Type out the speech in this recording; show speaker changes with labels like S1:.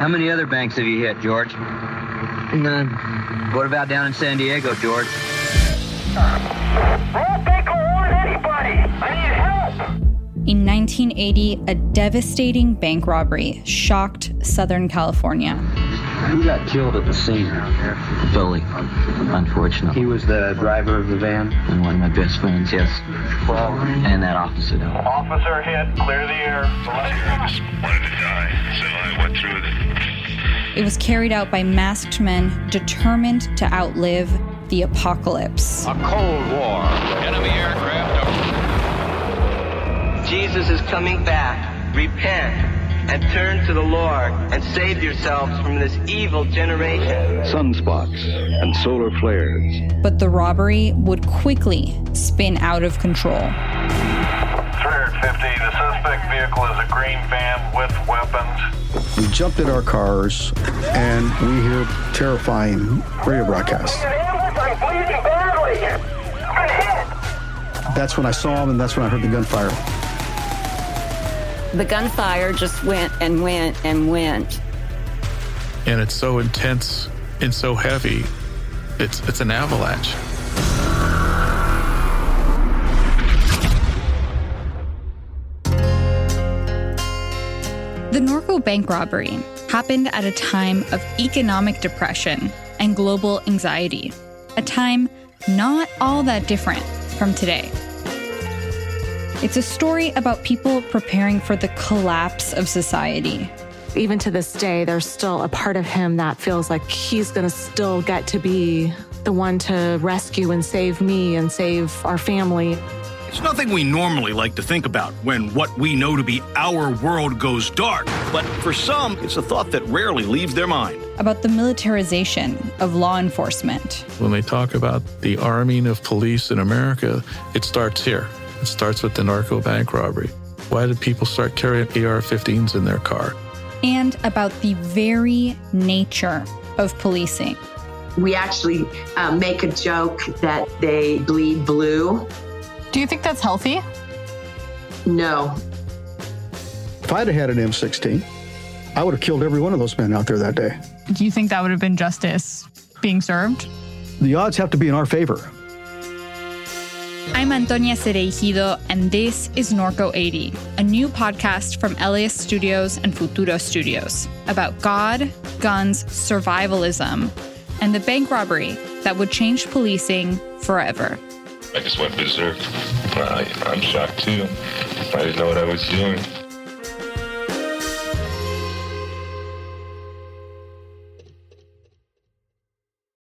S1: How many other banks have you hit, George? None. What about down in San Diego, George?
S2: Roll Baker on anybody. I need help.
S3: In 1980, a devastating bank robbery shocked Southern California.
S4: Who got killed at the scene?
S1: Bully. Unfortunately.
S4: He was the driver of the van.
S1: And one of my best friends, yes. And that officer.
S5: Officer hit, clear the air.
S6: wanted to die, so I went through with it.
S3: It was carried out by masked men determined to outlive the apocalypse.
S5: Cold War. Enemy aircraft
S7: Jesus is coming back. Repent and turn to the Lord and save yourselves from this evil generation.
S8: sunspots, and solar flares.
S3: But the robbery would quickly spin out of control.
S5: 350. The suspect vehicle is a green van with weapons.
S9: We jumped in our cars and we hear terrifying radio broadcasts.
S2: An ambulance. I'm bleeding badly. I've been hit.
S9: That's when I saw him and that's when I heard the gunfire.
S10: The gunfire just went and went and went.
S11: and it's so intense and so heavy. It's it's an avalanche.
S3: The Norco bank robbery happened at a time of economic depression and global anxiety, a time not all that different from today. It's a story about people preparing for the collapse of society.
S10: Even to this day, there's still a part of him that feels like he's going to still get to be the one to rescue and save me and save our family.
S12: It's nothing we normally like to think about when what we know to be our world goes dark, but for some, it's a thought that rarely leaves their mind.
S3: About the militarization of law enforcement.
S11: When they talk about the arming of police in America, it starts here. It starts with the narco bank robbery. Why did people start carrying AR-15s in their car?
S3: and about the very nature of policing.
S10: We actually uh, make a joke that they bleed blue.
S2: Do you think that's healthy?
S10: No,
S9: If I'd have had an M16, I would have killed every one of those men out there that day.
S2: Do you think that would have been justice being served?
S9: The odds have to be in our favor.
S3: I'm Antonia Cereijido, and this is Norco 80, a new podcast from LAS Studios and Futuro Studios about God, guns, survivalism, and the bank robbery that would change policing forever.
S6: I just went berserk. I, I'm shocked too. I didn't know what I was doing.